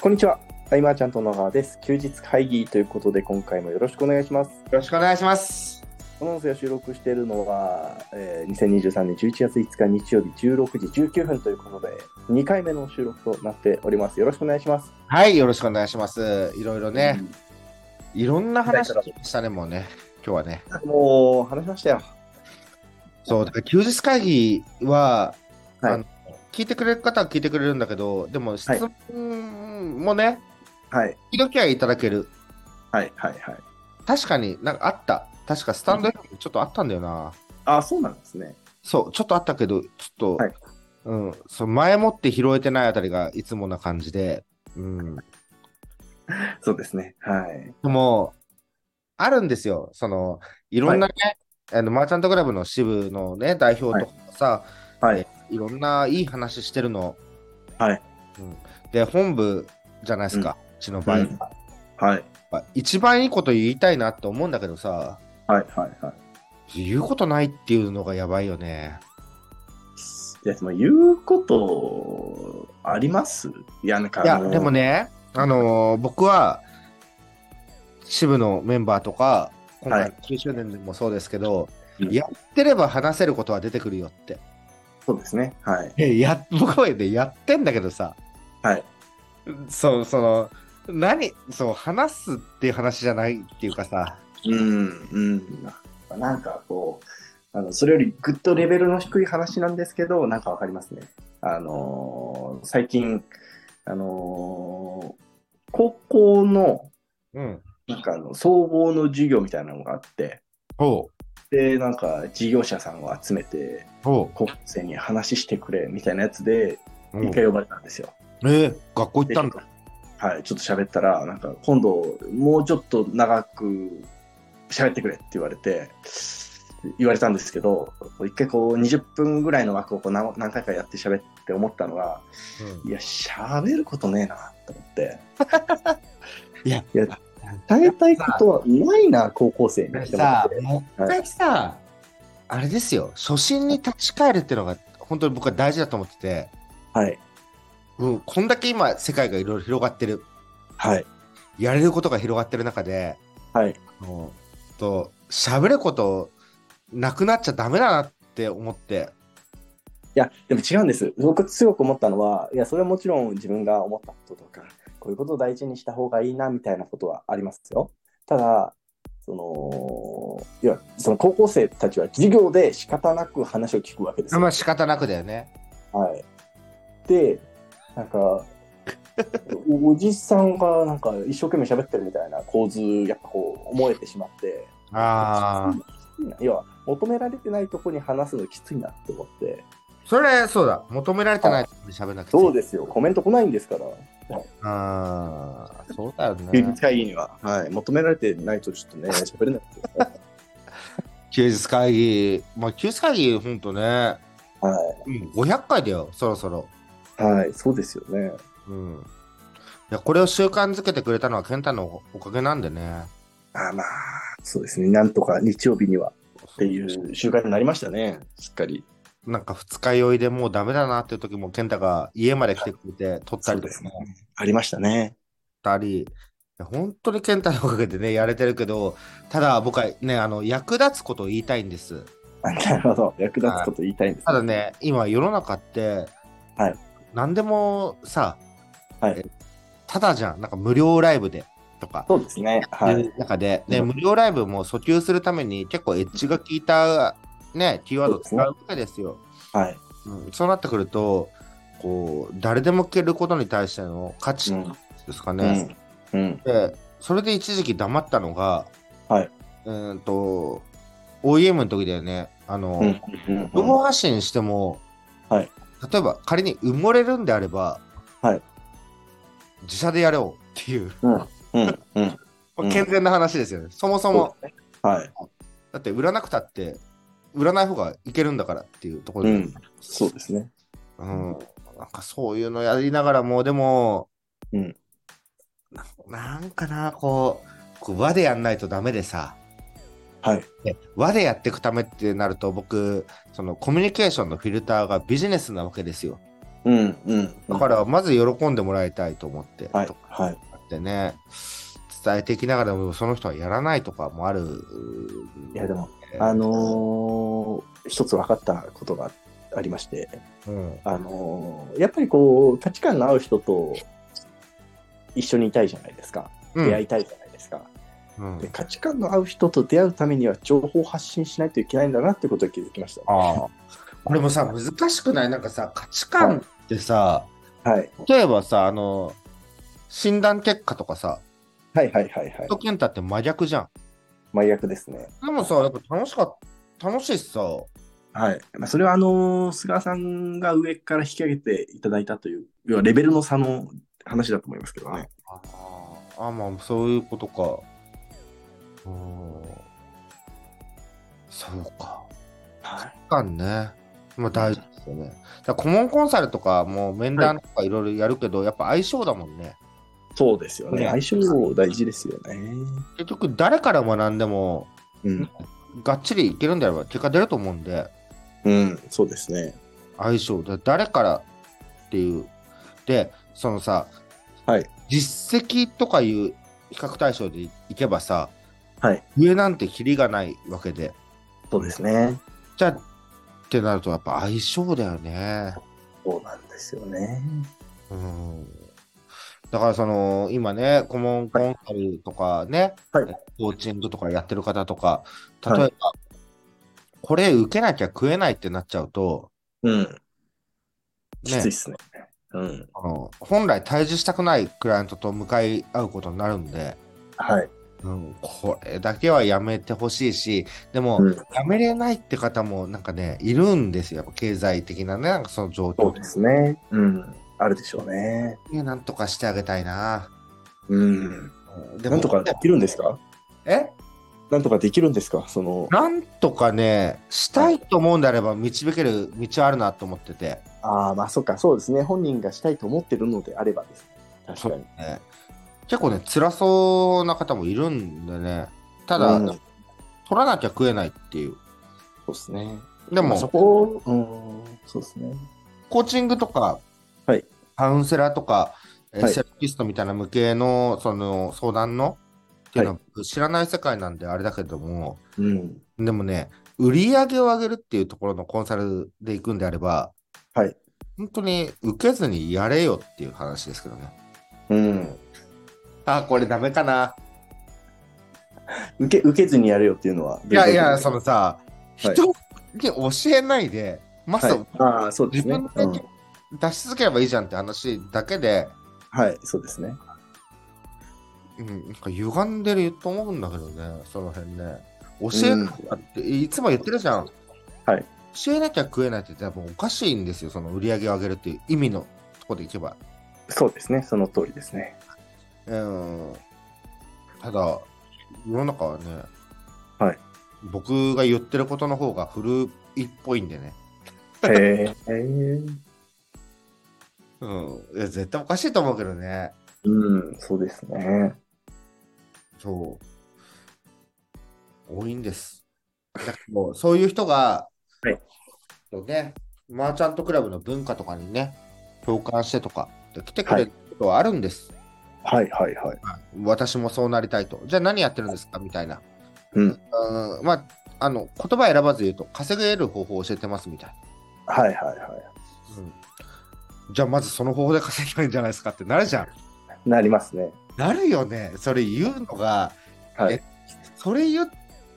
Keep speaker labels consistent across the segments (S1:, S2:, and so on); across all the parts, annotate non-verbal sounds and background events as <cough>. S1: こんにちは。タイマーちゃんと野川です。休日会議ということで、今回もよろしくお願いします。
S2: よろしくお願いします。
S1: この音声を収録しているのは、えー2023年11月5日日曜日16時19分ということで、2回目の収録となっております。よろしくお願いします。
S2: はい、よろしくお願いします。いろいろね、いろんな話
S1: はい
S2: 聞きましたね、もうね、今日はね。
S1: もう、話しましたよ。
S2: そう、だから休日会議は、
S1: はい
S2: あの聞いてくれる方は聞いてくれるんだけど、でも質問もね、
S1: はい、
S2: 時々はいただける。
S1: はい、はい、はい。
S2: 確かになんかあった。確かスタンド F ちょっとあったんだよな。
S1: あ、そうなんですね。
S2: そう、ちょっとあったけど、ちょっと、
S1: はい
S2: うん、そう前もって拾えてないあたりがいつもな感じで、うん。
S1: そうですね。はい。
S2: でも、あるんですよ。その、いろんなね、あのマーチャントクラブの支部のね、代表とかもさ、
S1: はい
S2: え。いろんないい話してるの。
S1: はい
S2: うんで、本部じゃないですか、うちの場合は、
S1: うんはい。
S2: 一番いいこと言いたいなって思うんだけどさ、
S1: はい、はい、はい。
S2: 言うことないっていうのがやばいよね。
S1: いや、その、言うこと、ありますいや、なんか、
S2: いや、
S1: あの
S2: でも、ね、あのー僕は、支部のメンバーとか、今
S1: は
S2: 回
S1: い
S2: 9周年でもそうですけ
S1: う
S2: ど、
S1: ん
S2: やってれば話せることは出てくるよって。
S1: そうですね。はい。
S2: えや <laughs> 僕はねやってんだけどさ
S1: はい
S2: そうその何そう話すっていう話じゃないっていうかさ
S1: うんうん、なんかこうあのそれよりぐっとレベルの低い話なんですけどなんかわかりますね。あのー最近、あのー高校の
S2: うん
S1: なんかあの総合の授業みたいなのがあって
S2: ほう
S1: でなんか事業者さんを集めて
S2: ほ
S1: 高校生に話してくれみたいなやつで
S2: う
S1: 一回呼ばれたんですよ。
S2: えー学校行ったんだ
S1: はい、ちょっと喋ったら、なんか今度、もうちょっと長く喋ってくれって言われて、言われたんですけど、一回こう20分ぐらいの枠をこう何何回かやって喋って思ったのが、いや、喋ることねえなと思って、
S2: <laughs> いや
S1: いや伝えたいことはないな、高校生に
S2: これ
S1: してもらっ
S2: さ
S1: て。
S2: もう一回さ、あれですよ初心に立ち返るっていうのが本当に僕は大事だと思ってて、
S1: はい、
S2: うん、こんだけ今世界がいろいろ広がってる
S1: はい、
S2: やれることが広がってる中で
S1: はい、
S2: あのと喋ることなくなっちゃダメだなって思って
S1: いや、でも違うんです。僕、強く思ったのは、いや、それはもちろん自分が思ったこととか、こういうことを大事にした方がいいな、みたいなことはありますよ。ただ、その、いや、その高校生たちは授業で仕方なく話を聞くわけですよ。
S2: まあ仕方なくだよね。
S1: はい。で、なんか、おおじさんがなんか一生懸命喋ってるみたいな構図、やっぱこう、思えてしまって、
S2: ああ。
S1: きついな要は、求められてないとこに話すのきついなって思って、
S2: それ、そうだ。求められてないとこで喋んなくて。
S1: そう
S2: で
S1: ですよ、コメント来ないんですから。
S2: ああ。そうだよ
S1: 休
S2: ね
S1: 日。会議には、はい、求められてないとちょっとね、喋れないですよね
S2: 休日会議。まあ、休日会議、ほんとね。
S1: は
S2: うん、500回だよ、そろそろ。
S1: い、はい、そうですよね。
S2: うん。いや、これを習慣づけてくれたのは、健太のおかげなんでね。
S1: あまあ、そうですね、なんとか日曜日にはっていう習慣になりましたね、しっかり。
S2: なんか、二日酔いでもうダメだなっていう時も、健太が家まで来てくれて、撮ったりとかね。
S1: ありましたね。
S2: ったり、いや本当に健太のおかげでね、やれてるけど、ただ僕はね、あの、役立つことを言いたいんです。
S1: あなるほど、役立つこと言いたいんです、
S2: ただ、ね、今世の中って、
S1: はい
S2: 何でもさ、
S1: はい
S2: えただじゃん、なんか無料ライブでとか、
S1: そうですね、はい。
S2: いう中で、ね
S1: うん
S2: 無料ライブも訴求するために結構エッジが効いた、ね、キーワードを使うわけですよ。
S1: はい、
S2: うん、そうなってくると、こう誰でも聞けることに対しての価値
S1: うん
S2: ですか
S1: う
S2: ね、
S1: ん、うん、
S2: でそれで一時期黙ったのが、
S1: はい、
S2: うーんと OEM の時だよねあの、
S1: うん、うん、
S2: 情報発信しても、
S1: はい
S2: 例えば仮に埋もれるんであれば、
S1: はい
S2: 自社でやろうっていう、
S1: うん、うん、
S2: ま
S1: う
S2: あ
S1: ん
S2: 健全な話ですよね、そもそも
S1: はい、
S2: だって売らなくたって売らない方がいけるんだからっていうところ
S1: う
S2: で、
S1: ん、そうですね。
S2: うんなんかそういうのやりながらもでも、
S1: うん
S2: ななんかなこうこう輪でやんないとダメでさ
S1: はい、
S2: で輪でやっていくためってなると僕そのコミュニケーションのフィルターがビジネスなわけですよ
S1: うん、うん。
S2: だから、まず喜んでもらいたいと思って、
S1: はい
S2: と、
S1: はい。
S2: かってね、伝えていきながらも、その人はやらないとかもある。
S1: いや、でも、あのー一つ分かったことがありまして、
S2: うん、
S1: あのーやっぱりこう、価値観の合う人と一緒にいたいじゃないですか。
S2: うん、
S1: 出会いたいじゃないですか。
S2: うん
S1: で価値観の合う人と出会うためには情報を発信しないといけないんだなってことを気づきまし
S2: ああ。これもさ、難しくないなんかさ、価値観ってさ、
S1: た。はい。
S2: 例えばさ、あの、診断結果とかさ、
S1: はいはいはいはい
S2: と。健太って真逆じゃん。
S1: 真逆ですね。
S2: でもさ、やっぱ楽しかった、楽しいしさ、
S1: はい。まあ、それはあのー菅さんが上から引き上げていただいたという、要はレベルの差の話だと思いますけどね。
S2: ああ、まあ、そういうことか。うーん。そうか。
S1: はい。
S2: 期間ね。まあ大事ですよね。だから顧問コンサルとか、もう面談とかいろいろやるけど、やっぱ相性だもんね。
S1: そうですよね。
S2: ね
S1: 相性大事ですよね。
S2: 結局、誰から学んでも、
S1: うん。
S2: がっちりいけるんであれば結果出ると思うんで、
S1: うん。そうですね。
S2: 相性で誰からっていう。で、そのさ、
S1: はい
S2: 実績とかいう比較対象でいけばさ、
S1: はい
S2: 上なんてキリがないわけで。
S1: そうですね。
S2: じゃあってなるとやっぱ相性だよね。
S1: そうなんですよね。
S2: うん。だからその今ね、顧問コンサルとかね、
S1: はい
S2: コーチングとかやってる方とか、例え
S1: は
S2: ば、
S1: い
S2: これ受けなきゃ食えないってなっちゃうと、
S1: うん。
S2: ね
S1: きついっすね。うん。
S2: あの本来対峙したくないクライアントと向かい合うことになるんで、
S1: はい。
S2: うん、これだけはやめてほしいしでも、
S1: うん
S2: やめれないって方もなんかねいるんですよやっぱ経済的なねなんかその状
S1: そう
S2: 況
S1: ですね。うん。あるでしょうね。
S2: ねなんとかしてあげたいな、
S1: うん。
S2: うん、で
S1: な
S2: も
S1: んとかできるんですか
S2: え
S1: なんとかできるんですかその、
S2: なんとかねしたいと思うんであれば導ける道はあるなと思ってて、
S1: ああ、まあそっか、そうですね。本人がしたいと思ってるのであればです。確かに。
S2: ね結構ね辛そうな方もいるんでねただ、
S1: うん
S2: 取らなきゃ食えないっていう
S1: そうですね。
S2: で
S1: ま
S2: も
S1: あそこを、うん、そうですね。
S2: コーチングとか、
S1: はい
S2: カウンセラーとか、えー
S1: はい
S2: セラピストみたいな向けのその相談のっていうのは僕知らない世界なんであれだけども、
S1: うん。
S2: でもね、売り上げを上げるっていうところのコンサルで行くんであれば、
S1: はい
S2: 本当に受けずにやれよっていう話ですけどね。
S1: うん。
S2: あ、これダメかな。
S1: 受け、受けずにやるよっていうのは。
S2: いやいや、そのさ、
S1: はい
S2: 人に教えないで、まず
S1: はい、ああ、そうで
S2: 自
S1: すね。
S2: 分の意見出し続ければいいじゃんって話だけで、
S1: うんはい、そうですね。
S2: うん、なんか歪んでると思うんだけどね、その辺ね。教えなきゃって、いつも言ってるじゃん。
S1: はい。
S2: 教えなきゃ食えないって多分おかしいんですよ、その売り上げを上げるっていう意味のとこでいけば。
S1: そうですね。その通りです <laughs> ね。
S2: うん。ただ、世の中はね、
S1: はい。
S2: 僕が言ってることの方が古いっぽいんでね。
S1: へえ。
S2: うん。いや、絶対おかしいと思うけどね。
S1: うん、そうですね。
S2: そう。多いんです。だからもうそういう人が、
S1: はい
S2: そうね、マーチャントクラブの文化とかにね、共感してとか、で来てくれることはあるんです、
S1: はいはいはい。
S2: 私もそうなりたいと。じゃあ何やってるんですかみたいな。
S1: うん
S2: ーんまあ、あの、言葉選ばず言うと、稼げる方法を教えてますみたいな。
S1: はいはいは
S2: じゃあまずその方法で稼げるんじゃないですかってなるじゃん。
S1: い。なりますね。
S2: なるよね。それ言うのが、
S1: はい
S2: え。それ言っ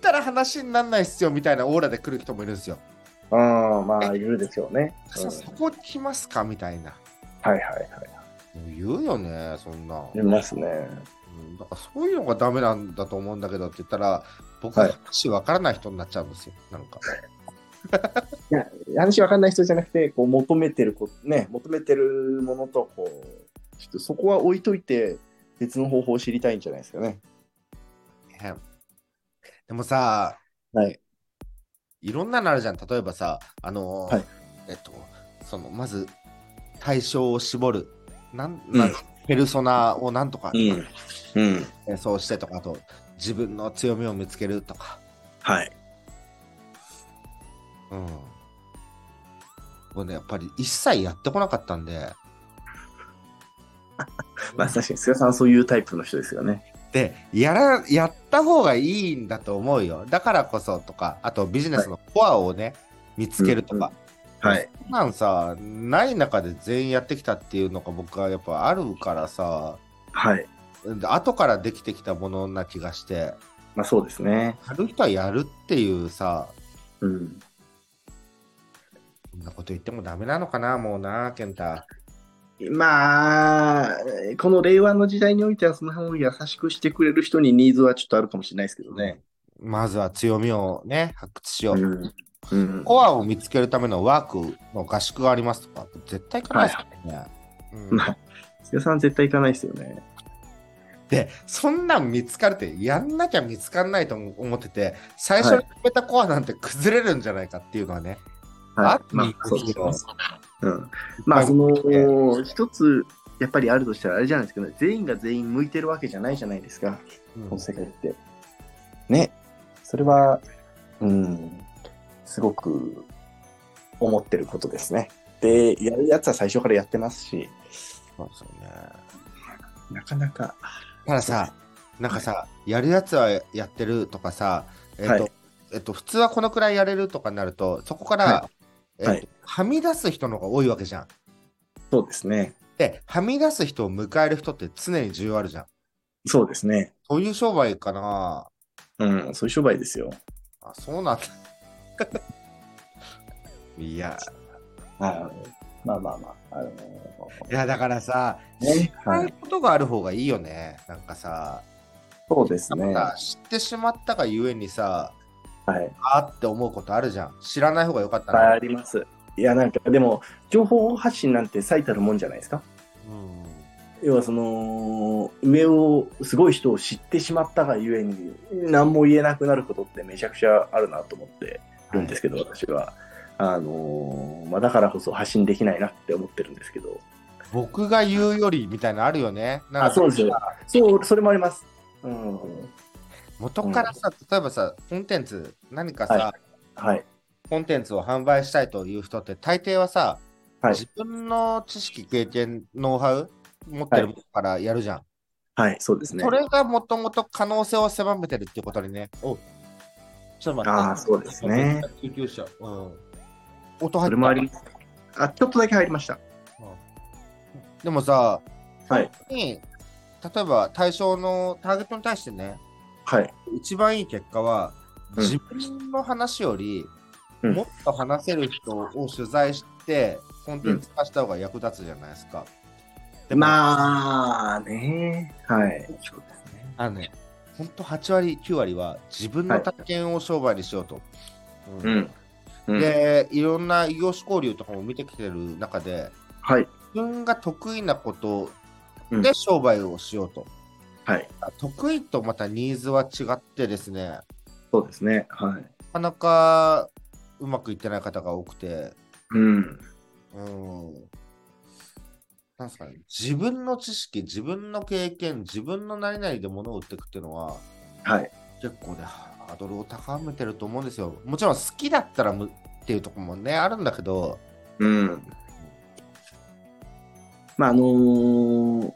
S2: たら話にならないっすよみたいなオーラで来る人もいるんですよ。
S1: ああ、まあ、いるでしょうね。うん
S2: そそこ来ますかみたいな。
S1: はいはいは
S2: 言うよね、そんな。
S1: い。いますね。
S2: うんだからそういうのがダメなんだと思うんだけどって言ったら、僕
S1: は
S2: はい話わからない人になっちゃうんですよ。なんか。
S1: いや話わかんない人じゃなくてこう求めてるこね求めてるものとこうちょっとそこは置いといて別の方法を知りたいんじゃないですかね
S2: ねでもさ、
S1: はい
S2: いろんなのあるじゃん。例えばさ、あのー、
S1: はい
S2: えっと、その、まず、対象を絞る。なん、
S1: うん
S2: なんペルソナをなんとか、
S1: うん
S2: えーそうしてとかあと自分の強みを見つけるとか、
S1: はい。
S2: うん、僕ね、やっぱり一切やってこなかったんで
S1: <laughs> まあ確かに、菅さんはそういうタイプの人ですよね。
S2: でやらやった方がいいんだと思うよだからこそとかあとビジネスのコアをね、見つけるとか、
S1: はい。
S2: そんなんさない中で全員やってきたっていうのが僕はやっぱあるからさ
S1: はい。
S2: で後からできてきたものな気がして
S1: まあそうですね。
S2: やる人はやるっていうさ
S1: うん。
S2: そんなこと言ってもダメなのかなもうな健太
S1: まあ、この令和の時代においては、その辺を優しくしてくれる人にニーズはちょっとあるかもしれないですけどね。
S2: まずは強みをね発掘しよう、
S1: ん。うん、
S2: コアを見つけるためのワークの合宿がありますとか絶対行かないですよね、うん
S1: まあ、菅さん絶対行かないですよね。
S2: で、そんなん見つかるって、やんなきゃ見つかんないと思ってて、最初に決めたコアなんて崩れるんじゃないかっていうのはね、
S1: は
S2: あ
S1: い。まあ
S2: いい、
S1: そう
S2: いい
S1: そう
S2: よ
S1: そう。うん。まあ、その、一つ、やっぱりあるとしたら、あれじゃないですかね。全員が全員向いてるわけじゃないじゃないですか。
S2: うん
S1: この世界って。ね。それは、うん、すごく思ってることですね。で、やるやつは最初からやってますし、
S2: そうそうね
S1: なかなか。
S2: たださ、なんかさ、やるやつはやってるとかさ、えっ、と、
S1: はい
S2: えっと、普通はこのくらいやれるとかになると、そこから、
S1: は
S2: えっと
S1: はい
S2: はみ出す人の方が多いわけじゃん。
S1: そうですね。
S2: で、はみ出す人を迎える人って常に重要あるじゃん。
S1: そうですね。
S2: そういう商売かな
S1: うん、そういう商売ですよ。
S2: あ、そうなんだ。 <laughs> いや、
S1: はい。まあまあまあ、あの
S2: いやだからさ、
S1: ね
S2: 知らないことがある方がいいよね。なんかさ、
S1: そうです
S2: なん
S1: ね。
S2: か
S1: は
S2: 知ってしまったがゆえにさ、
S1: い。
S2: あーって思うことあるじゃん。知らない方がよかっ
S1: いったぱい
S2: な。
S1: あります。いや、なんか、でも、情報発信なんて最たるもんじゃないですか。
S2: うん
S1: 要はその上をすごい人を知ってしまったがゆえに何も言えなくなることってめちゃくちゃあるなと思ってるんですけど、私はあのーまあ、だからこそ発信できないなって思ってるんですけど
S2: 僕が言うよりみたいなのあるよね。なんか
S1: あそうですよそうそれもあります、うん、
S2: 元からさ、例えばさ、コンテンツ、何かさ、
S1: ははい
S2: コンテンツを販売したいという人って、大抵はさ、
S1: はい
S2: 自分の知識、経験、ノウハウ持ってるものからやるじゃん。
S1: はいそうですね
S2: それがもともと可能性を狭めてるっていうことにね。おちょっと待って。
S1: あーそうですね。
S2: 救急車。うん。音入
S1: そ
S2: っ
S1: れ
S2: た
S1: もありますあちょっとだけ入りました
S2: でもさ、
S1: はい
S2: 本当に例えば対象のターゲットに対してね、
S1: はい
S2: 一番いい結果は、
S1: うん
S2: 自分の話より、
S1: うん
S2: もっと話せる人を取材して、コンテンツ化した方が役立つじゃないですか。でも
S1: まあねはいそうですね
S2: あのね、本当8割、9割は自分の体験を商売にしようと。
S1: う
S2: うん
S1: ん、うん、
S2: で、いろんな異業種交流とかも見てきてる中で、
S1: はい
S2: 自分が得意なこと
S1: う
S2: で商売をしようと。
S1: はい
S2: 得意とまたニーズは違ってですね、な
S1: そうですねはい
S2: かなかうまくいってない方が多くて、
S1: うん
S2: うん。なんですかね、自分の知識、自分の経験、自分の何々で物を売っていくっていうのは、
S1: はい
S2: 結構ね、ハードルを高めてると思うんですよ。もちろん好きだったらむっていうところもね、あるんだけど、
S1: うん。まあ、あのー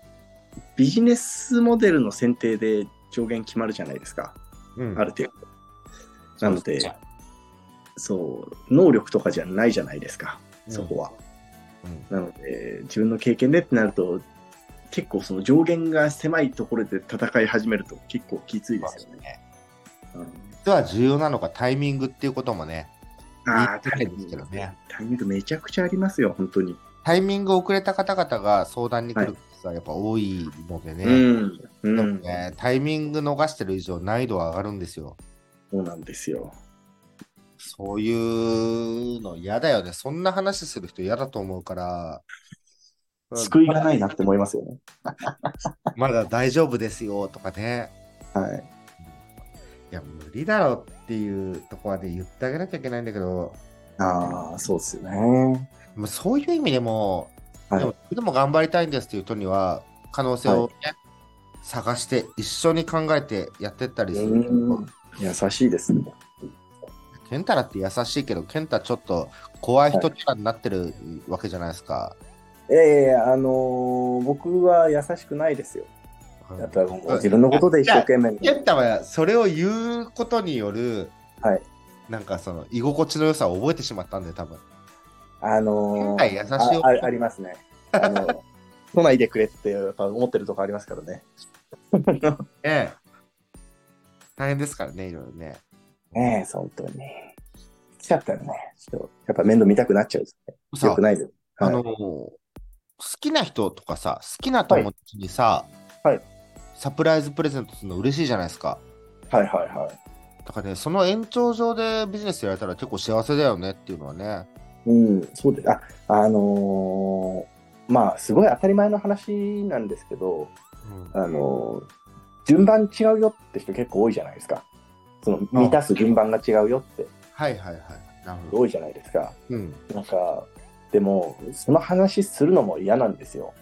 S1: ビジネスモデルの選定で上限決まるじゃないですか、
S2: うん
S1: ある程度。なので、そう、能力とかじゃないじゃないですか、そこは。
S2: うん
S1: なので、自分の経験でってなると、結構その上限が狭いところで戦い始めると結構きついですよね。
S2: 実は重要なのがタイミングっていうこともね、
S1: うん、ああ、
S2: 言
S1: タ
S2: い
S1: イ
S2: たいで
S1: ミ
S2: す
S1: ン
S2: けど
S1: グ
S2: ね
S1: ね。タイミングめちゃくちゃありますよ、本当に。
S2: タイミング遅れた方々が相談に来る人はやっぱ多いのでね、
S1: うん。うん。
S2: ねタイミング逃してる以上難易度は上がるんですよ。
S1: そうなんですよ。
S2: そういうの嫌だよね。そんな話する人嫌だと思うから、
S1: 救いがないなって思いますよね。
S2: まだ大丈夫ですよとかね。
S1: はい。
S2: いや、無理だろっていうとこはね、言ってあげなきゃいけないんだけど、
S1: ああ、そうですよね。
S2: まあそういう意味でも、
S1: はい
S2: でも、でも頑張りたいんですっていう人には、可能性をね、探して、一緒に考えてやってったりすると。
S1: 優しいですね。
S2: ケンタラって優しいけど、ケンタちょっと怖い人キャラになってるわけじゃないですか。
S1: いやいやいや、あのー僕は優しくないですよ。やっぱもう自分のことで一生懸命。
S2: ケンタはそれを言うことによる、
S1: はい
S2: なんかその居心地の良さを覚えてしまったんで、多分
S1: あの
S2: 今
S1: ー
S2: 回優しい
S1: あ
S2: 男
S1: あありますね。あ <laughs> の来ないでくれってやっぱ思ってるとこありますからね。
S2: ね。大変ですからね、いろいろね。
S1: ねえ、本当に。来ちゃったよね。ちょっとやっぱ面倒見たくなっちゃう、ね。よくないです。
S2: あ
S1: はい
S2: の、好きな人とかさ、好きな友達にさ、
S1: はいはい
S2: サプライズプレゼントするの嬉しいじゃないですか。
S1: はいはいはい。
S2: だからね、その延長上でビジネスやれたら結構幸せだよねっていうのはね。
S1: うん、そうで、あ、あのーまあ、すごい当たり前の話なんですけど、
S2: うん
S1: あのー順番違うよって人結構多いじゃないですか。その、満たす順番が違うよって
S2: はいはいはい。なるほど。
S1: 多いじゃないですか。
S2: うん。
S1: なんか、でも、その話するのも嫌なんですよ。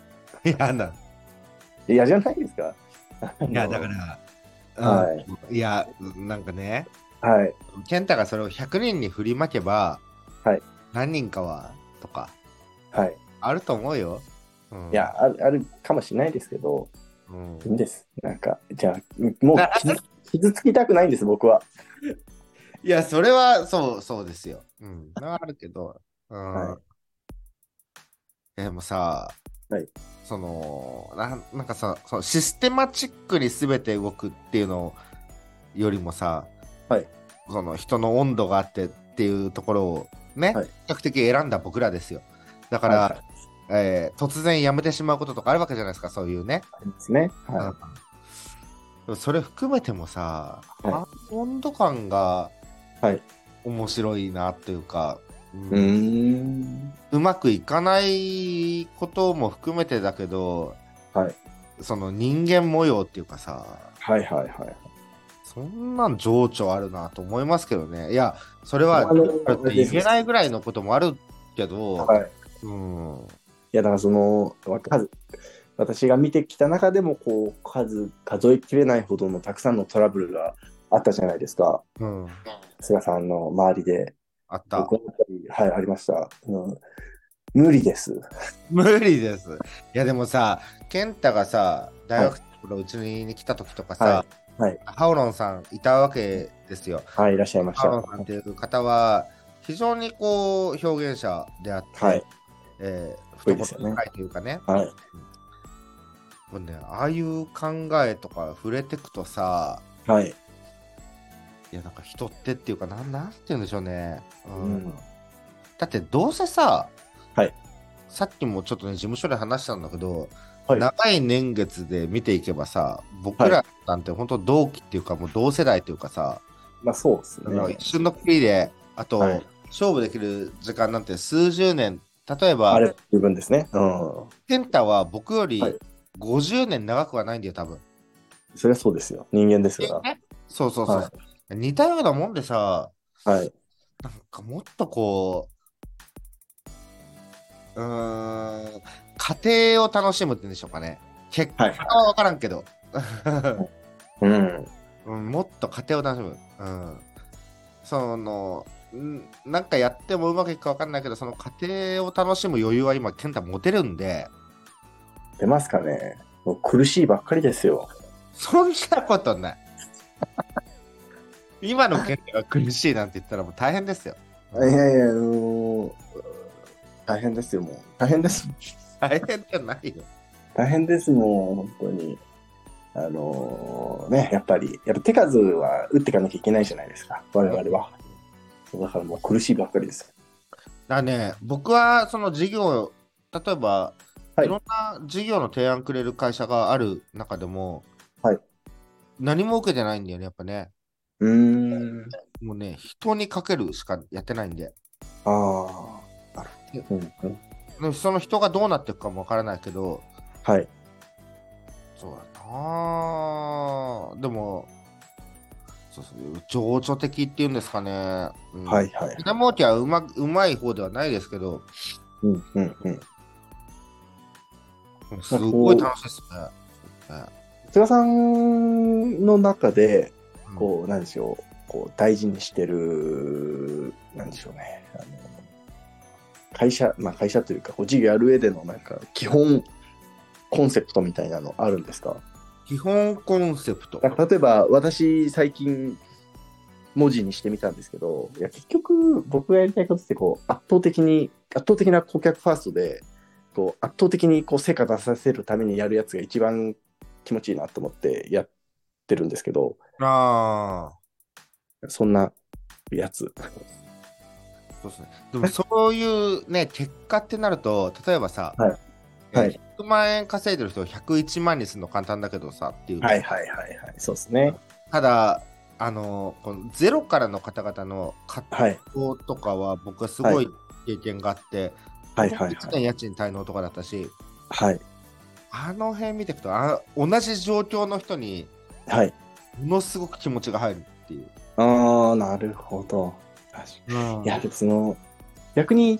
S2: いや、な、
S1: 嫌じゃないですか。
S2: いや、だか
S1: あ
S2: ら、
S1: の
S2: うんいや、なんかね、
S1: ら。はい。
S2: 健太がそれを100人に振りまけば、
S1: はい
S2: 何人かは、とか、
S1: はい。
S2: あると思うよ。うん
S1: い、や、あるあるかもしれないですけど、
S2: うん
S1: いいんです。なんか、じゃあ、もう
S2: あ
S1: 傷傷つきたくないんです、僕は。
S2: いや、それはそうそうですよ。うん。それはあるけど。うん。
S1: は
S2: でもさ、
S1: はい
S2: そのなん、なんかさ、そのシステマチックに全て動くっていうのよりもさ、
S1: はい
S2: その人の温度があってっていうところをね、
S1: はい
S2: 比較的選んだ僕らですよ。だから、
S1: はい
S2: えー突然辞めてしまうこととかあるわけじゃないですか、そういうね。
S1: ありますね。はい
S2: うんでもそれ含めてもさ、
S1: はい
S2: あの温度感が
S1: はい
S2: 面白いなというか、うん
S1: うーん。
S2: うまくいかないことも含めてだけど、
S1: はい
S2: その人間模様っていうかさ
S1: はいはいはい。
S2: そんなん情緒あるなと思いますけどねいやそれは
S1: あの
S2: だって言えないぐらいのこともあるけど、
S1: はい、い
S2: うん、
S1: や、だからその、わ数、私が見てきた中でも、こう、数、数えきれないほどのたくさんのトラブルがあったじゃないですか。
S2: うん、
S1: 菅さんの周りで。
S2: あった
S1: 僕はやっぱり、はい、ありました。うん、無理です。
S2: 無理です。いやでもさ、健太がさ、大学生のうちに来た時とかさ、
S1: ははい
S2: ハオロンさんいたわけですよ。
S1: はい、いらっしゃいまし
S2: ハ
S1: た。
S2: オロンさんっていう方は、非常にこう表現者であって、
S1: はい、
S2: えー
S1: 多いですよ
S2: 懐
S1: ね
S2: 深いというかね
S1: はい、
S2: もうね、ああいう考えとか触れてくとさ、
S1: はい。
S2: いやなんか人ってっていうか、なんなんて言うんでしょうね。うん
S1: うん
S2: だってどうせさ、
S1: はい
S2: さっきもちょっとね、事務所で話したんだけど、
S1: はい
S2: 長い年月で見ていけばさ、僕らなんて本当同期っていうか、もう同世代というかさ、
S1: まあ、そうです
S2: あの
S1: ね。
S2: 一瞬のっきりで、あと、
S1: はい
S2: 勝負できる時間なんて数十年、例え
S1: あ
S2: ば
S1: れ、、十分ですね。うん。
S2: ケンタは僕より
S1: はい
S2: 50年長くはないんだよ、多分。
S1: そりゃそうですよ。人間ですか
S2: そうそうそう。
S1: は
S2: 似たようなもんでさ、
S1: ら。はい。
S2: なんかもっとこう、うーん、家庭を楽しむって言うんでしょうかね。結果
S1: はい
S2: は分からんけど、
S1: うん。
S2: うん、もっと家庭を楽しむ。うん、その、んなんかやってもうまくいくか分かんないけど、その家庭を楽しむ余裕は今、健太持てるんで、
S1: 出ますかね。もう苦しいばっかりですよ。
S2: そんなことない。 <laughs> 今の健太が苦しいなんて言ったらもう大変ですよ。
S1: いやいや、あのー大変ですよ、もう。大変です。
S2: 大変じゃないよ。
S1: 大変です、もう、本当に。あのーね、やっぱり、やっぱ手数は打っていかなきゃいけないじゃないですか、我々は。だからもう苦しいばっかりです。
S2: だからね、僕はその事業、例えば、
S1: はい
S2: い、ろんな事業の提案くれる会社がある中でも、
S1: はい
S2: 何も受けてないんだよね、やっぱね。
S1: うーん。
S2: もうね、人にかけるしかやってないんで、
S1: ああ。うんうん。
S2: でその人がどうなっていくかもわからないけど、
S1: はい。
S2: そうだなあでも、そうそう、情緒的っていうんですかね。うん、
S1: はい。はい。
S2: 金儲けはうまうまい方ではないですけど、
S1: うんうんうん。
S2: すっごい楽しいですね。
S1: 菅さんの中で、
S2: うん
S1: こう、なんでしょう、こう大事にしてる、なんでしょうね。あの会社、まあ会社というか、こう事業やる上でのなんか基本コンセプトみたいなのあるんですか
S2: 基本コンセプト。
S1: なんか例えば私最近文字にしてみたんですけどいや結局僕がやりたいことってこう圧倒的に圧倒的な顧客ファーストでこう圧倒的にこう成果出させるためにやるやつが一番気持ちいいなと思ってやってるんですけど
S2: あ
S1: そんなやつ
S2: あ、そうですね。でもそういうね、結果ってなると、例えばさ、
S1: はいはい
S2: 100万円稼いでる人を101万にするの簡単だけどさっていう、
S1: はいはいはいはいそうですね
S2: ただ、あのこのゼロからの方々の葛
S1: はい
S2: 藤とかは、僕はすごい経験があって、
S1: はいはいは
S2: 1
S1: い
S2: 年家賃滞納とかだったし、
S1: はい
S2: あの辺見ていくとあ、同じ状況の人に
S1: はい
S2: ものすごく気持ちが入るっていう。
S1: ああなるほど確かにいや、その、逆に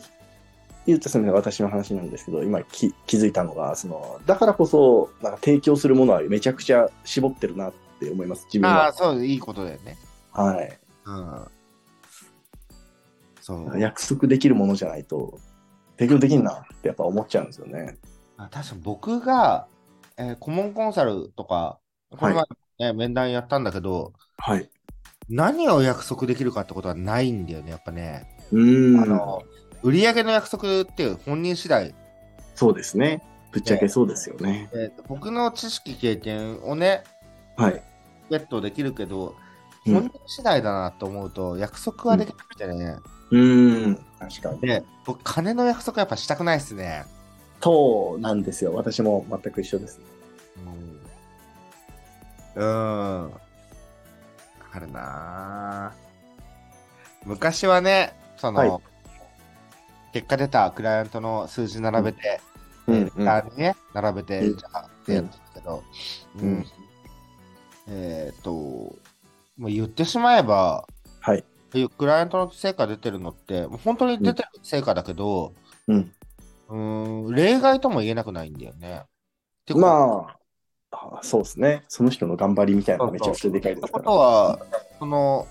S1: 言うと、その私の話なんですけど、今き気づいたのが、その、だからこそ、なんか提供するものはめちゃくちゃ絞ってるなって思います、自分
S2: ああ、
S1: は。
S2: そう、いいことだよね。
S1: はい。
S2: うん。そう。
S1: 約束できるものじゃないと、提供できんなってやっぱ思っちゃうんですよね。
S2: あ確かに僕が、えー顧問コンサルとか、この前、ね面談やったんだけど、
S1: はい。
S2: 何を約束できるかってことはないんだよね、やっぱね。
S1: うーん。
S2: あの、売上の約束っていう本人次第。
S1: そうですね。ぶっちゃけそうですよね。
S2: えー僕の知識、経験をね、
S1: はい。
S2: ゲットできるけど、
S1: うん
S2: 本人次第だなと思うと、約束はできなくてね。
S1: うーん。確かに。
S2: で、僕、金の約束やっぱしたくないっすね。
S1: そうなんですよ。私も全く一緒です。
S2: うん。うーん。あるなぁ昔はね、その、
S1: はい
S2: 結果出たクライアントの数字並べて、
S1: う
S2: えー
S1: は
S2: 欄にね、並べて、
S1: うん
S2: じゃあってやってたけど、うん。
S1: うん
S2: えーっと、もう言ってしまえば、
S1: い。
S2: クライアントの成果出てるのって、もう本当に出てる成果だけど、
S1: うん。
S2: うーん、例外とも言えなくないんだよね。てか
S1: まあ、あそうですね。その人の頑張りみたいなのがめちゃくちゃでかいで
S2: って
S1: すか
S2: こ
S1: ら。
S2: とは、その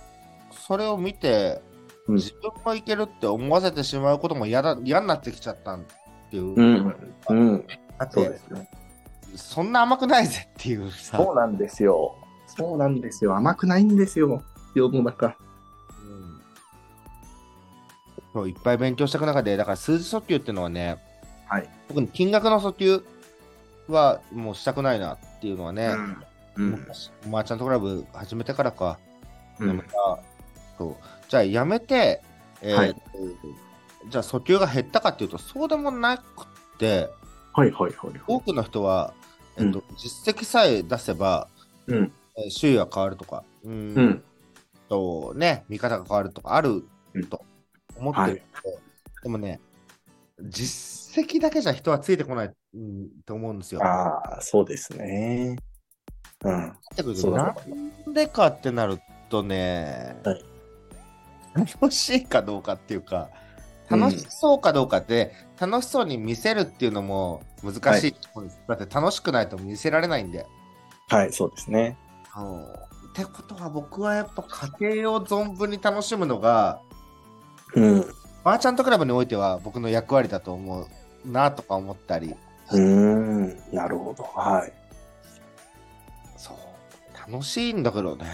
S2: それを見て、
S1: うん
S2: 自分もいけるって思わせてしまうことも嫌だ嫌になってきちゃったってい
S1: う
S2: う。
S1: んうん、
S2: だって
S1: そうですね。
S2: そんな甘くないぜっていうさ。
S1: そうなんですよ。そうなんですよ。甘くないんですよ。世の中。
S2: うんそういっぱい勉強していく中で、だから数字訴求っていうのはね、
S1: はい。
S2: 特に金額の訴求はもうしたくないなっていうのはね、
S1: う
S2: もう。マーチャントクラブ始めてからか、
S1: う
S2: やめ
S1: ん
S2: た、そうじゃあやめて、えー
S1: はい
S2: じゃあ訴求が減ったかっていうとそうでもなくって
S1: はいはいはいは
S2: 多
S1: い。
S2: くの人は、えっと実績さえ出せば、
S1: うん。
S2: えー周囲は変わるとかうーん
S1: うん。
S2: とね見方が変わるとかあると思ってるけど、でもね実績だけじゃ人はついてこない、うん、と思うんですよ。
S1: ああ、そうですね。うん。
S2: だけ
S1: そ
S2: ど
S1: う
S2: な
S1: だ
S2: んでかってなるとね、
S1: はい
S2: 楽しいかどうかっていうか楽しそうかどうかって、楽しそうに見せるっていうのも難しいと思うんです、だって楽しくないと見せられないんで。
S1: はい、そうですね。
S2: あのってことは僕はやっぱ家庭を存分に楽しむのが
S1: うん。
S2: マーチャントクラブにおいては僕の役割だと思うなとか思ったり
S1: うん。なるほど。はい。
S2: そう楽しいんだけどね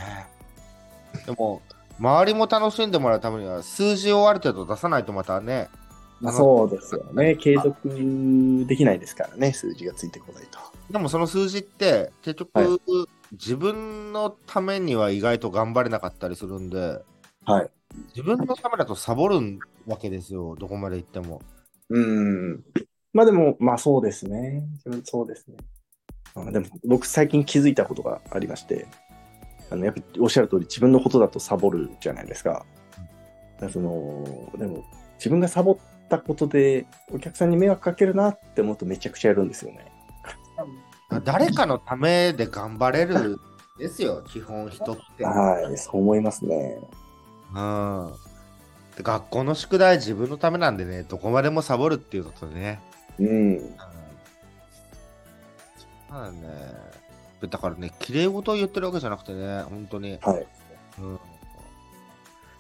S2: でも周りも楽しんでもらうためには数字をある程度出さないとまたね
S1: まあ、そうですよね。継続できないですからね、数字がついてこないと。
S2: でもその数字って結局、
S1: は
S2: 自分のためには意外と頑張れなかったりするんで
S1: はい。
S2: 自分のためだとサボるわけですよどこまで行っても
S1: うん。まあでも、まあそうですね。自分そうですね。あでも、僕最近気づいたことがありまして、あの、やっぱおっしゃる通り自分のことだとサボるじゃないですか。だからその、でも、自分がサボったことでお客さんに迷惑かけるなって思うとめちゃくちゃやるんですよね。
S2: 誰かのためで頑張れるんです
S1: <laughs>
S2: よ基本人って、
S1: はい、そう思いますね。
S2: うん、で学校の宿題自分のためなんでねどこまでもサボるっていうことでね
S1: うん。
S2: そうだね。だからね、綺麗事を言ってるわけじゃなくてね、本当に。
S1: はい。
S2: うん、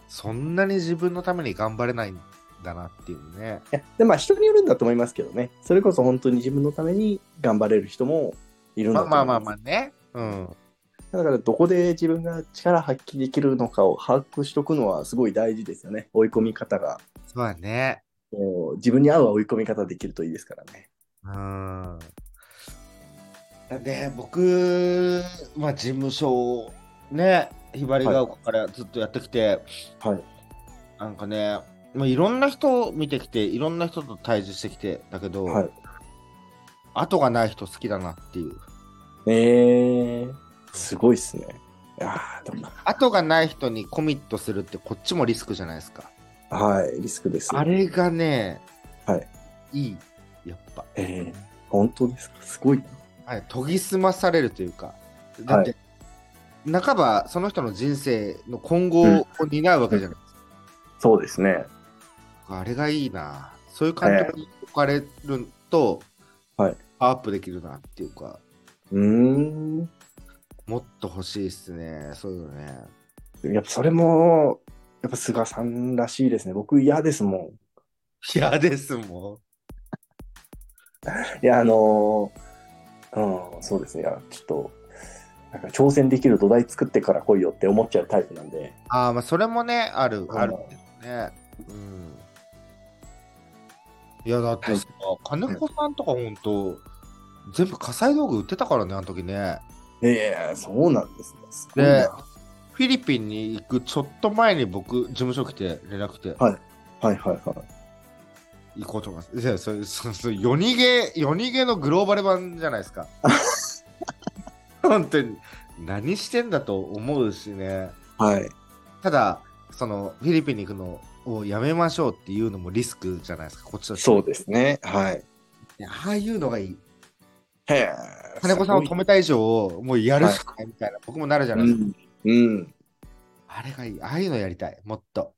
S2: そんなに自分のために頑張れないんだなっていうね。
S1: いやでまあ人によるんだと思いますけどねそれこそ本当に自分のために頑張れる人もいるんだ
S2: ま
S1: と
S2: あ
S1: 思いま
S2: ますあまあまあね。うん。
S1: だからどこで自分が力発揮できるのかを把握しとくのはすごい大事ですよね追い込み方が
S2: そうだね。
S1: もう自分に合う追い込み方できるといいですからね
S2: うん。ね、僕、まあ事務所をね、ひばりが丘からずっとやってきて、
S1: はい
S2: なんかね、まあ、いろんな人を見てきて、いろんな人と対峙してきて、だけど、
S1: はい
S2: 後がない人好きだなっていう。
S1: えー、すごいっすねあーでも
S2: 後がない人にコミットするってこっちもリスクじゃないですか。
S1: はいリスクです
S2: あれがね、、
S1: はい
S2: いやっぱ、
S1: えー、本当ですかすごいな
S2: はい、研ぎ澄まされるというかだって、半ばその人の人生の今後を担うわけじゃないです
S1: そうですね
S2: か、あれがいいなそういう感覚に置かれると、
S1: はい
S2: パワーアップできるなっていうか
S1: うーん
S2: もっと欲しいですねそういうのね
S1: やっぱそれもやっぱ菅さんらしいですね僕嫌ですもん
S2: 嫌ですも
S1: いや、あのーうん、そうですね。いや、ちょっと、なんか挑戦できる土台作ってから来いよって思っちゃうタイプなんで、
S2: んああまあそれもねある
S1: うん
S2: あるけどねうんいやだってさ、金子さんとかほんと全部火災道具売ってたからねあの時ね
S1: ええそうなんですね。すごい
S2: で
S1: な
S2: フィリピンに行くちょっと前に僕、事務所来て連絡来て、
S1: ははいはいは
S2: 行こうと思います。いや、それ、そそ夜逃げ、夜逃げのグローバル版じゃないで
S1: <laughs>
S2: すか。本当に、何してんだと思うしね。
S1: い。はい。
S2: ただ、その、フィリピンに行くのをやめましょうっていうのもリスクじゃないですか、こっちとして
S1: そうですね。はい。
S2: ねああいうのがいい。
S1: へえ。
S2: 金子さんを止めた以上、もうやるしかないみたいな、僕もなるじゃ
S1: た
S2: ないですか。
S1: うん。うん。
S2: あれがいい。ああいうのやりたい。もっと。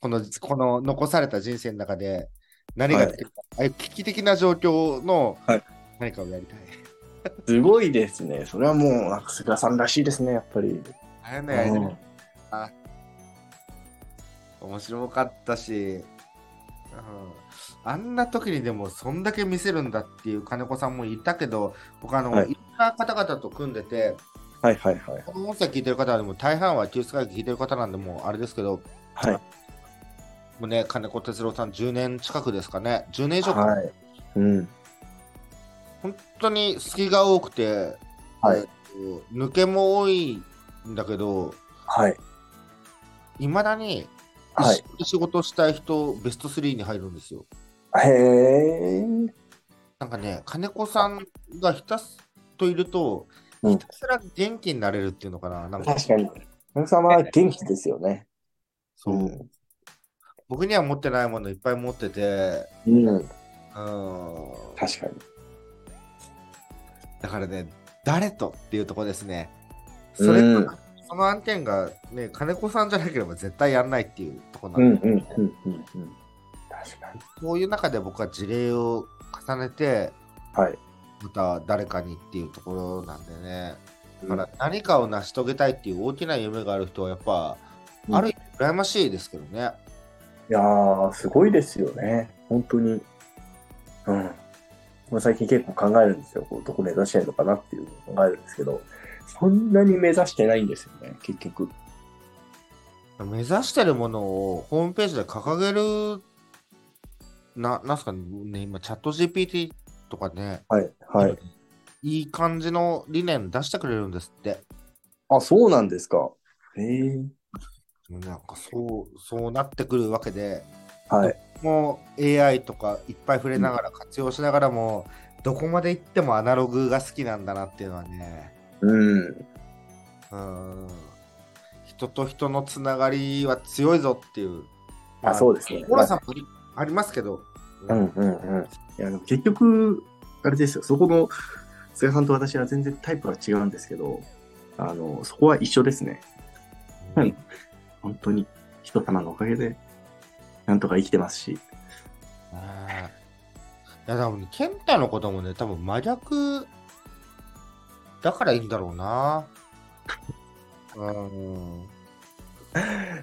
S2: この、この残された人生の中で、何ができるか、ああいう危機的な状況の
S1: はい
S2: 何かをやりたい。
S1: すごいですね。それはもう、なんか菅さんらしいですね、やっぱり。
S2: ああいうのやりた
S1: う
S2: い。
S1: ん
S2: 面白かったし、うん、あんな時にでも、そんだけ見せるんだっていう金子さんもいたけど、他の、
S1: はい
S2: い、ろんな方々と組んでて、
S1: はいはいはい。
S2: この音声聞いてる方は、でも大半は救出会議聞いてる方なんで、もうあれですけど、
S1: はい。
S2: もうね、金子哲郎さん10年近くですかね、10年以上かな
S1: はい。うん。
S2: 本当に隙が多くて、
S1: はい
S2: えっと抜けも多いんだけど、
S1: はい。
S2: いまだに
S1: は
S2: 一緒に仕事したい人、ベスト3に入るんですよ。
S1: い。へえ。
S2: なんかね、金子さんがひたすといると、
S1: うん
S2: ひたすら元気になれるっていうのかな、なんか
S1: 確かに。金子さんは元気ですよね。
S2: そう、僕には持ってないものいっぱい持ってて、
S1: うん。うん。
S2: うん、
S1: 確かに。
S2: だからね、誰とっていうとこですね。それ、
S1: うん
S2: その案件が、ね、金子さんじゃなければ絶対やんないっていうとこなん
S1: う
S2: で
S1: んうんうんうんうん。確かに。
S2: そういう中で僕は事例を重ねて、
S1: はい。
S2: また誰かにっていうところなんでね。だから何かを成し遂げたいっていう大きな夢がある人はやっぱ、
S1: うん
S2: ある意味羨ましいですけどね。
S1: いやー、すごいですよね。本当に。うん。もう最近結構考えるんですよ。こうどこ目指したいのかなっていうのを考えるんですけど、そんなに目指してないんですよね、結局。
S2: 目指してるものをホームページで掲げる、な、なんすかね、今チャット GPT とかね、
S1: はい。はい。
S2: いい感じの理念出してくれるんですって。
S1: あ、そうなんですか。へえ。
S2: なんかそう、そうなってくるわけで、
S1: はい。
S2: もう AI とかいっぱい触れながら活用しながらも、どこまで行ってもアナログが好きなんだなっていうのはね、
S1: うん。
S2: うん、人と人のつながりは強いぞっていう。
S1: あ、そうですね。
S2: オラさんもありますけど、
S1: うんうんうん。いや、でも結局、あれですよ、そこの、菅さんと私は全然タイプが違うんですけど、あの、そこは一緒ですね。うん本当に、人様のおかげで、なんとか生きてますし。
S2: あーいや、多分、健太のこともね、多分真逆だからいいんだろうな。うん。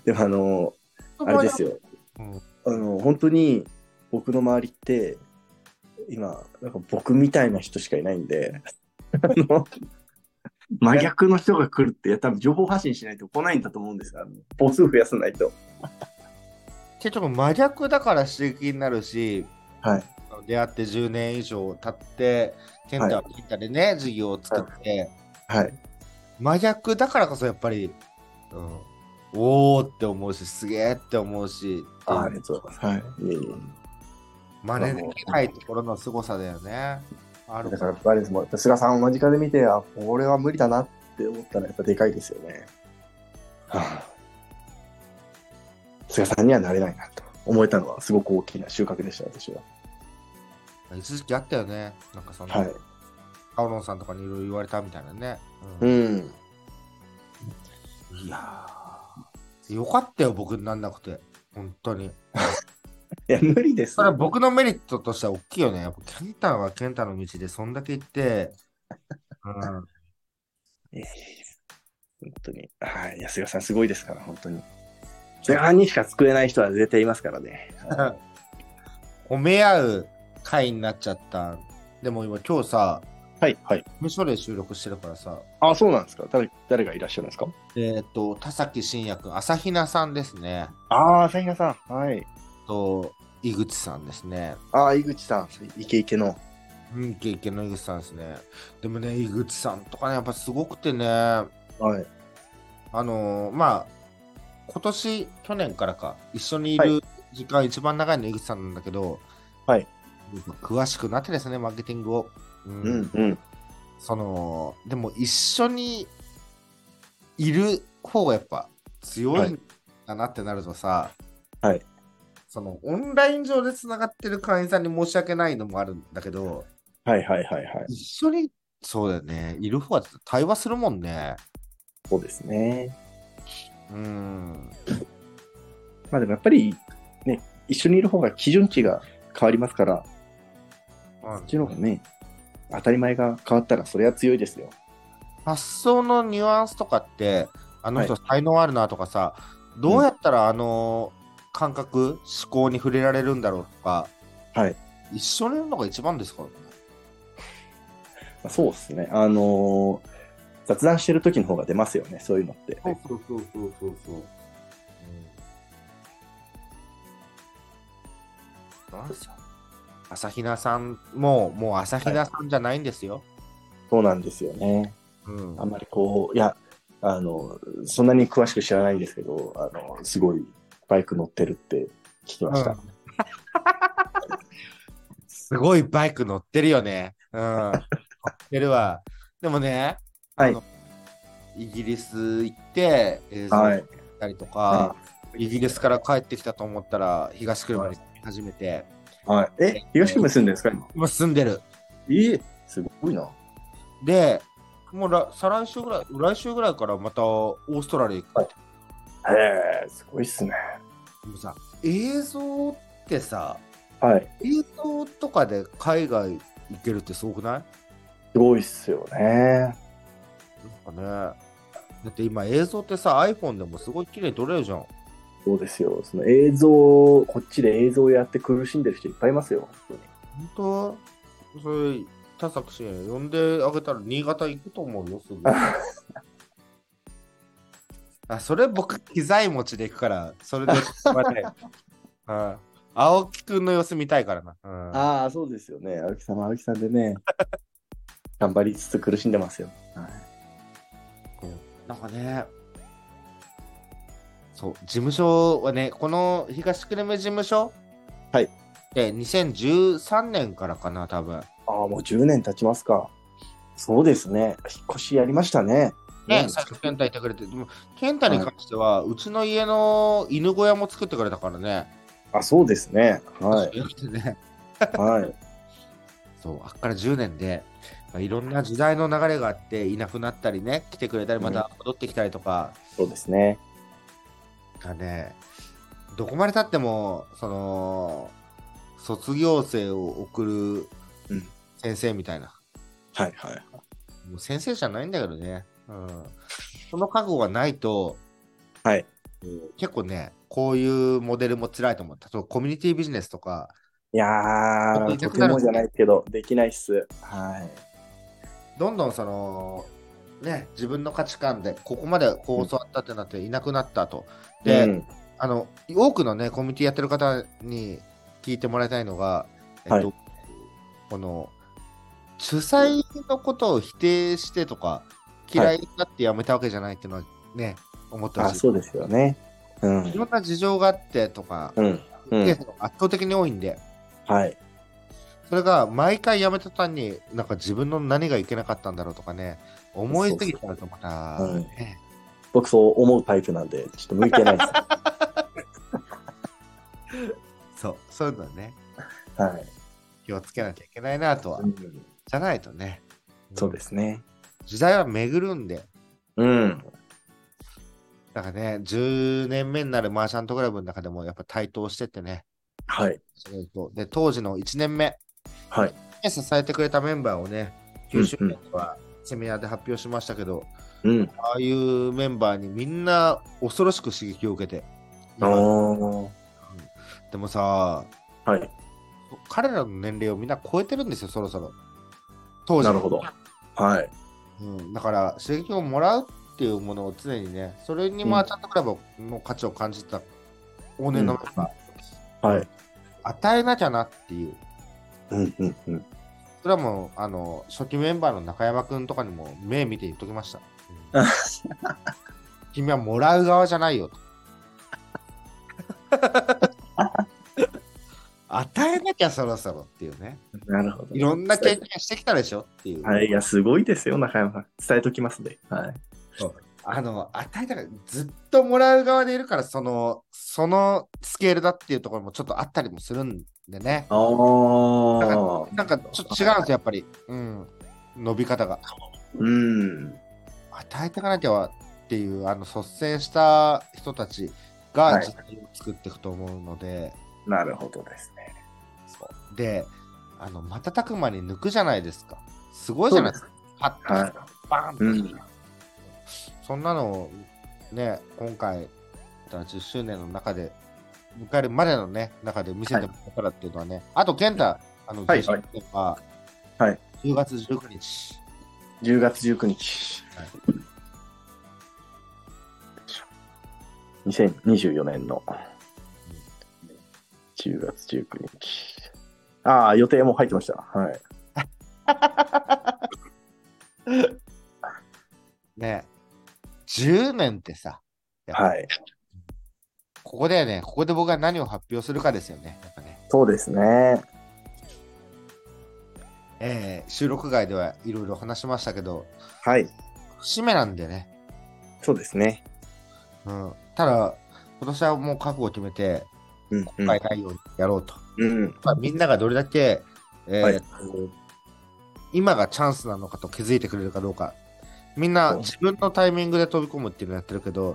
S1: でもあの、あれですよ。
S2: うん
S1: あの、本当に僕の周りって、今、なんか僕みたいな人しかいないんで、あの真逆の人が来るって、いや、多分情報発信しないと来ないんだと思うんですよ。あの母数増やさないと。
S2: 結局真逆だから刺激になるし、
S1: はい
S2: 出会って10年以上経って健太は健太でね、事業を作って、
S1: はい。
S2: 真逆だからこそやっぱり、うん、おーって思うしすげえって思うし
S1: あありがとうございます。はい。いえいえ
S2: 真似できないところの凄さだよねある
S1: だから、あれですもん、やっぱ菅さんを間近で見て、あ、これは無理だなって思ったら、やっぱでかいですよね。はあ、菅さんにはなれないなと思えたのは、すごく大きな収穫でした、私は。
S2: 一時期あったよねなんかその、
S1: はい。
S2: カオロンさんとかにいろいろ言われたみたいなね、うん
S1: ん。
S2: いやーよかったよ僕になんなくて本当に
S1: いや、無理です <laughs>
S2: それは僕のメリットとしては大きいよね。やっぱケンタはケンタの道でそんだけ行って、うん、
S1: いやいやいや本当に。はい。いや、菅さん、すごいですから、本当に。菅さんにしか救えない人は絶対いますからね。
S2: 褒め合う会になっちゃった。でも今今日さ、
S1: はい、はい。
S2: 無所で収録してるからさ、
S1: あ、そうなんですか。誰誰がいらっしゃるんですか
S2: えっ、と、田崎真也君、朝比奈さんですね。
S1: ああ、千賀さん。はい。
S2: と、井口さんですね。
S1: ああ、井口さん。イケイケの。
S2: うん、イケイケの井口さんですね。でもね、井口さんとかね、やっぱすごくてね、あ
S1: はい。
S2: のーまあ、今年、去年からか、一緒にい
S1: は
S2: る時間一番長いの井口さんなんだけど、
S1: はい。
S2: 詳しくなってですね、マーケティングを。うん
S1: うん、うん。
S2: そのでも一緒にいる方がやっぱ強いんだなってなるとさ、
S1: はい
S2: そのオンライン上でつながってる会員さんに申し訳ないのもあるんだけど、
S1: はい、はい、はい、はい。
S2: 一緒にそうだよね、いる方が対話するもんね。
S1: そうですね。
S2: うん
S1: まあでもやっぱり、ね、一緒にいる方が基準値が変わりますから、
S2: まあ
S1: そっちの方がね、当たり前が変わったら、それは強いですよ。
S2: 発想のニュアンスとかってあの人才能あるなとかさ、どうやったらあの感覚思考に触れられるんだろうとか、
S1: はい
S2: 一緒にいるのが一番ですからね。
S1: まあそうですね。あのー雑談してる時の方が出ますよね、そういうのって。
S2: そうそうそうそうそうそう。なんすよ朝比奈さんももう朝比奈さんじゃないんですよ。
S1: そうなんですよね。
S2: うん
S1: あんまりこう、いや、あの、そんなに詳しく知らないんですけど、あの、すごいバイク乗ってるって聞きました。 <laughs>
S2: うんすごいバイク乗ってるよね。うん。乗ってるわ。でもね、
S1: はい
S2: あのイギリス行って映像
S1: はい
S2: 行ったりとか、イギリスから帰ってきたと思ったら東車に始めて、
S1: はい。え、東区に住んでるんですか、今。
S2: 今住んでる。
S1: ええすごいな。
S2: で、もうら再来週ぐらい、来週ぐらいからまたオーストラリア行く。
S1: はいへえ、すごいっすね。
S2: でもさ、映像ってさ、
S1: はい。
S2: 映像とかで海外行けるってすごくない
S1: すごいっすよね。
S2: なんかね。だって今映像ってさ iPhone でもすごい綺麗に撮れるじゃん。
S1: そうですよ。その映像、こっちで映像やって苦しんでる人いっぱいいますよ。本
S2: 本当それ田作氏呼んであげたら新潟行くと思うよすぐ。 <laughs> あそれ僕機材持ちで行くからそれでま <laughs> たうん青木くんの様子見たいからな。うん
S1: 当にああ、そうですよね。青木さんも青木さんでね、 <laughs> 頑張りつつ苦しんでますよ。はい
S2: なんかね、そう、事務所はね、この東久留米事務所
S1: はい。
S2: で、2013年からかな、多分。
S1: ああ、もう10年経ちますか。そうですね。引っ越しやりましたね。
S2: ね
S1: う、ん
S2: 最初、健太いてくれて、でも、健太に関しては、うちの家の犬小屋も作ってくれたからね。
S1: あ、そうですね。 <laughs> は
S2: そういうことでね
S1: い。はい。
S2: そう、あっから10年で、まあ、いろんな時代の流れがあって、いなくなったりね、来てくれたり、また戻ってきたりとか、
S1: そうですね。
S2: がね、どこまでたっても、その、卒業生を送
S1: う
S2: る
S1: ん
S2: 先生みたいな。
S1: はいはい。
S2: もう先生じゃないんだけどね。うん。その覚悟がないと、
S1: はい
S2: うん結構ね、こういうモデルも辛いと思う。例えばコミュニティビジネスとか、
S1: いや
S2: ちょっと
S1: ー、
S2: 痛
S1: と
S2: く
S1: て
S2: なる
S1: もじゃないけど、できないっす。はい。
S2: どんどんその、ね、自分の価値観で、ここまでこう教わったってなっていなくなったと。で、
S1: うん
S2: あの、多くのね、コミュニティやってる方に聞いてもらいたいのが、えっと、
S1: はい
S2: この、主催のことを否定してとか、嫌いになってやめたわけじゃないっていうのはね、思ってほ
S1: あ、
S2: しい。
S1: そうですよね。うん
S2: い。ろんな事情があってとか、
S1: うん。う
S2: ケー
S1: ん
S2: ス。が圧倒的に多いんで、
S1: はい。
S2: それが毎回やめた途端に、なんか自分の何がいけなかったんだろうとかね、思いすぎちゃうとまた、
S1: そうそう
S2: ね
S1: 僕そう思うタイプなんで、ちょっと向いてないです。
S2: <laughs> そう、そういうのね、
S1: はい。
S2: 気をつけなきゃいけないなとは、
S1: うん
S2: じゃないとね。
S1: そうですね。
S2: 時代は巡るんで、
S1: うん。
S2: だからね、10年目になるマーシャントクラブの中でもやっぱ対等してってね、
S1: はい。
S2: それとで当時の1年目、
S1: はい。
S2: ね支えてくれたメンバーをね、九州年はセミナーで発表しましたけど、
S1: うん。
S2: ああいうメンバーにみんな恐ろしく刺激を受けて、
S1: あー
S2: でもさ、
S1: はい。
S2: 彼らの年齢をみんな超えてるんですよ、そろそろ。当時
S1: なるほど。はい。
S2: うん、だから刺激をもらうっていうものを常にねそれにマーチャントクラブの価値を感じた往年のメンバー、
S1: はい。
S2: 与えなきゃなっていう
S1: うんうんうん。
S2: それはもうあの初期メンバーの中山くんとかにも目見て言っとき
S1: <laughs>
S2: ました、うん君はもらう側じゃない
S1: <laughs>
S2: よと与えなきゃそろそろっていうね
S1: なるほど。
S2: いろんな経験してきたでしょっていう、
S1: はい。いや、すごいですよ、中山さん。伝えときますね。はい。
S2: あの、与えたから、ずっともらう側でいるから、その、そのスケールだっていうところもちょっとあったりもするんでね。
S1: ああ。
S2: なんかちょっと違うんですよ、やっぱり。うん。伸び方が。
S1: うん。
S2: 与えていかなきゃはっていう、あの、率先した人たちが
S1: はい
S2: 時代を作っていくと思うので、
S1: なるほどですね。
S2: そうで、あの、瞬く間に抜くじゃないですか。すごい
S1: そ
S2: じゃ
S1: う
S2: ない
S1: で
S2: ですすか。はっ
S1: はい。
S2: バーンって、
S1: うん
S2: そんなのをね今回だ10周年の中で迎えるまでのね中で見せてもらったからっていうのはね、あと健太あの
S1: はい
S2: 10周年は
S1: はい
S2: 10月19日、
S1: 10月19日。
S2: はい
S1: 2024年の10月19日。ああ、予定も入ってました。はい。
S2: ね10年ってさやっぱ
S1: はい。
S2: ここだよねここで僕が何を発表するかですよねやっぱね、
S1: そうですね。
S2: えー収録外ではいろいろ話しましたけど
S1: はい。
S2: 節目なんでね、
S1: そうですね。
S2: うん、ただ今年はもう覚悟を決めて
S1: うん、う
S2: 後悔ないようにやろうと。
S1: ん。うん。
S2: まあ、みんながどれだけ、えー
S1: はい
S2: 今がチャンスなのかと気づいてくれるかどうか。みんな
S1: そう
S2: 自分のタイミングで飛び込むっていうのやってるけど、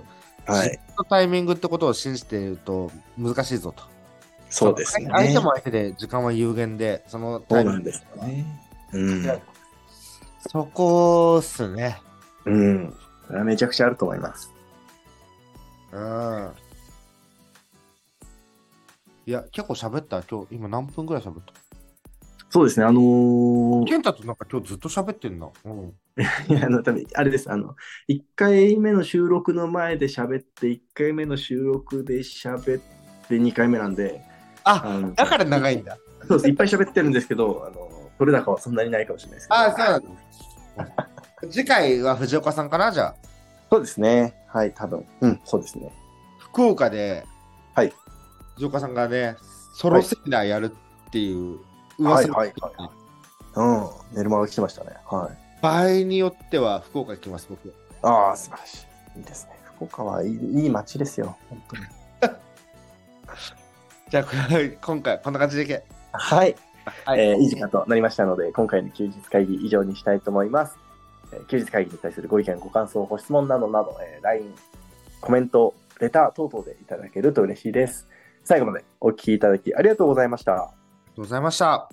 S1: は
S2: 自
S1: い。
S2: 分のタイミングってことを信じていると難しいぞと。
S1: そうですね。
S2: 相手も相手で時間は有限で、その
S1: そ
S2: タ
S1: う
S2: イミ
S1: な
S2: ン
S1: ん
S2: グ
S1: ですよね。うん。
S2: そこっすね。
S1: うん。それはめちゃくちゃあると思います。
S2: うん。いや、結構喋った。今日、今何分ぐらい喋った
S1: そうですね。あのー、
S2: 健太となんか今日ずっと喋ってんな。うん。
S1: い <laughs> や、あの、多分あれです。あの、1回目の収録の前で喋って、1回目の収録で喋って、2回目なんで、
S2: あ、
S1: あの
S2: だから長いんだ。
S1: そうです。いっぱい喋ってるんですけど、あの、取れ高はそんなにないかもしれないですけど。
S2: ああ、そうなんだ。次回は藤岡さんかなじゃあ、
S1: そうですね。はい、多分。うん、そうですね。
S2: 福岡で、
S1: はい。
S2: 藤岡さんがね、ソロセミナーやるっていう
S1: は
S2: 噂
S1: い、
S2: が、
S1: はい、はい。うん、寝る間が来てましたね。はい。
S2: 場合によっては福岡行きます、僕。
S1: ああ、素晴らしい。いいですね。福岡はいいいい街ですよ。本当に。
S2: じゃあこれ、今回、こんな感じでいけ。
S1: はい。
S2: は
S1: えーいい時間となりましたので、今回の休日会議以上にしたいと思います。えー休日会議に対するご意見、ご感想、ご質問などなど、えー LINE、コメント、レター等々でいただけると嬉しいです。最後までお聞きいただきありがとうございました。
S2: ありがとうございました。